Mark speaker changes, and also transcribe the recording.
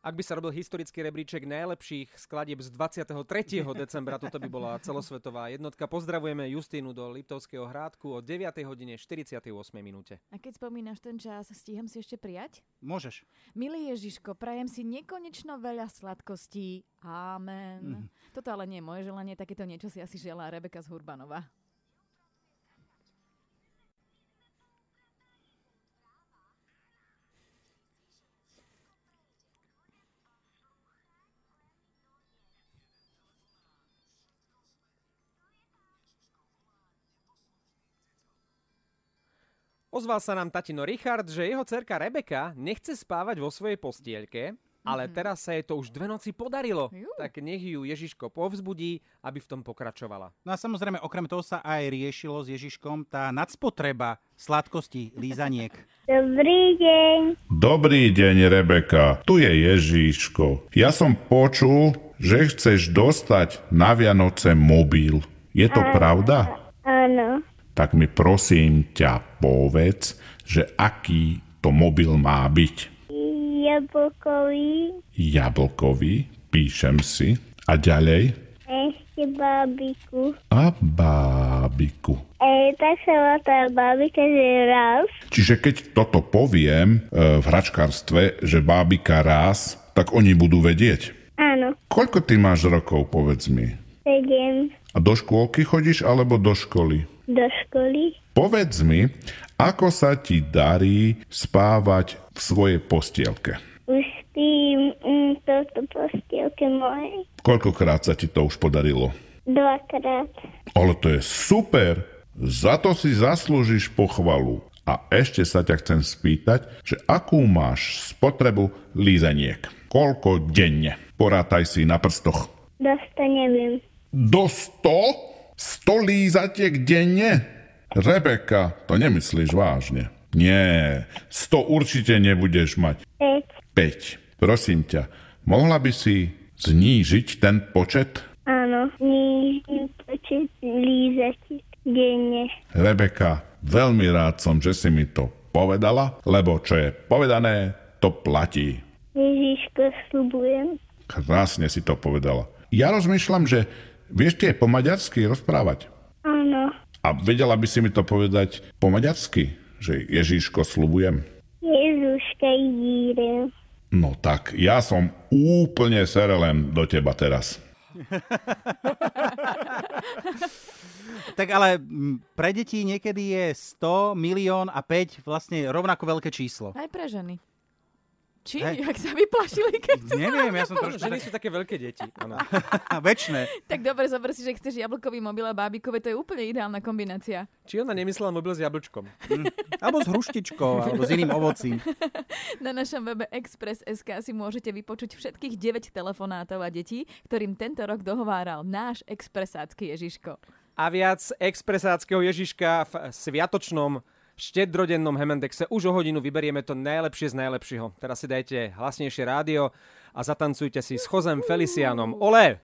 Speaker 1: Ak by sa robil historický rebríček najlepších skladieb z 23. decembra, toto by bola celosvetová jednotka. Pozdravujeme Justínu do Liptovského hrádku o 9. hodine 48. minúte.
Speaker 2: A keď spomínaš ten čas, stíham si ešte prijať?
Speaker 3: Môžeš.
Speaker 2: Milý Ježiško, prajem si nekonečno veľa sladkostí. Amen. Mm. Toto ale nie je moje želanie, takéto niečo si asi želá Rebeka z Hurbanova.
Speaker 1: Ozval sa nám tatino Richard, že jeho cerka Rebeka nechce spávať vo svojej postielke, ale teraz sa jej to už dve noci podarilo.
Speaker 2: Jú.
Speaker 1: Tak nech ju Ježiško povzbudí, aby v tom pokračovala.
Speaker 3: No a samozrejme, okrem toho sa aj riešilo s Ježiškom tá nadspotreba sladkostí lízaniek.
Speaker 4: Dobrý deň.
Speaker 5: Dobrý deň, Rebeka. Tu je Ježíško. Ja som počul, že chceš dostať na Vianoce mobil. Je to pravda?
Speaker 4: Áno.
Speaker 5: Tak mi prosím ťa povedz, že aký to mobil má byť.
Speaker 4: Jablkový.
Speaker 5: Jablkový, píšem si. A ďalej?
Speaker 4: Ešte babiku.
Speaker 5: A bábiku.
Speaker 4: E, tak sa volá tá babika, že raz.
Speaker 5: Čiže keď toto poviem e, v hračkárstve, že bábika raz, tak oni budú vedieť.
Speaker 4: Áno.
Speaker 5: Koľko ty máš rokov, povedz mi?
Speaker 4: Sedem.
Speaker 5: A do škôlky chodíš alebo do školy?
Speaker 4: Do školy.
Speaker 5: Povedz mi, ako sa ti darí spávať v svojej postielke?
Speaker 4: Už spím mm, toto postielke mojej.
Speaker 5: Koľkokrát sa ti to už podarilo?
Speaker 4: Dvakrát.
Speaker 5: Ale to je super! Za to si zaslúžiš pochvalu. A ešte sa ťa chcem spýtať, že akú máš spotrebu lízaniek? Koľko denne? Porátaj si na prstoch.
Speaker 4: Dosta neviem.
Speaker 5: Do 100? 100 lízatiek denne? Rebeka, to nemyslíš vážne. Nie, 100 určite nebudeš mať.
Speaker 4: 5.
Speaker 5: 5. Prosím ťa, mohla by si znížiť ten počet?
Speaker 4: Áno. Nížny počet lízatiek denne.
Speaker 5: Rebeka, veľmi rád som, že si mi to povedala, lebo čo je povedané, to platí.
Speaker 4: Ježiško, slubujem.
Speaker 5: Krásne si to povedala. Ja rozmýšľam, že vieš tie po maďarsky rozprávať.
Speaker 4: Áno.
Speaker 5: A vedela by si mi to povedať po maďarsky, že Ježíško, slubujem.
Speaker 4: Jezuška, idírem.
Speaker 5: No tak, ja som úplne serelem do teba teraz.
Speaker 3: Tak ale mm, pre deti niekedy je 100, milión a 5 vlastne rovnako veľké číslo.
Speaker 2: Aj pre ženy. Či,
Speaker 3: Hej.
Speaker 2: jak sa vyplašili, keď to...
Speaker 3: Neviem, ja som trošku
Speaker 1: Ženy
Speaker 3: tak...
Speaker 1: sú také veľké deti. Áno.
Speaker 3: Večné.
Speaker 2: Tak dobre, zober si, že chceš jablkový mobil a bábikové, to je úplne ideálna kombinácia.
Speaker 1: Či ona nemyslela mobil s jablčkom?
Speaker 3: Alebo s hruštičkou, alebo s iným ovocím.
Speaker 2: Na našom webe Express.sk si môžete vypočuť všetkých 9 telefonátov a detí, ktorým tento rok dohováral náš expresácky Ježiško.
Speaker 1: A viac expresáckého Ježiška v sviatočnom štedrodennom Hemendexe. Už o hodinu vyberieme to najlepšie z najlepšieho. Teraz si dajte hlasnejšie rádio a zatancujte si s Chozem Felicianom. Ole!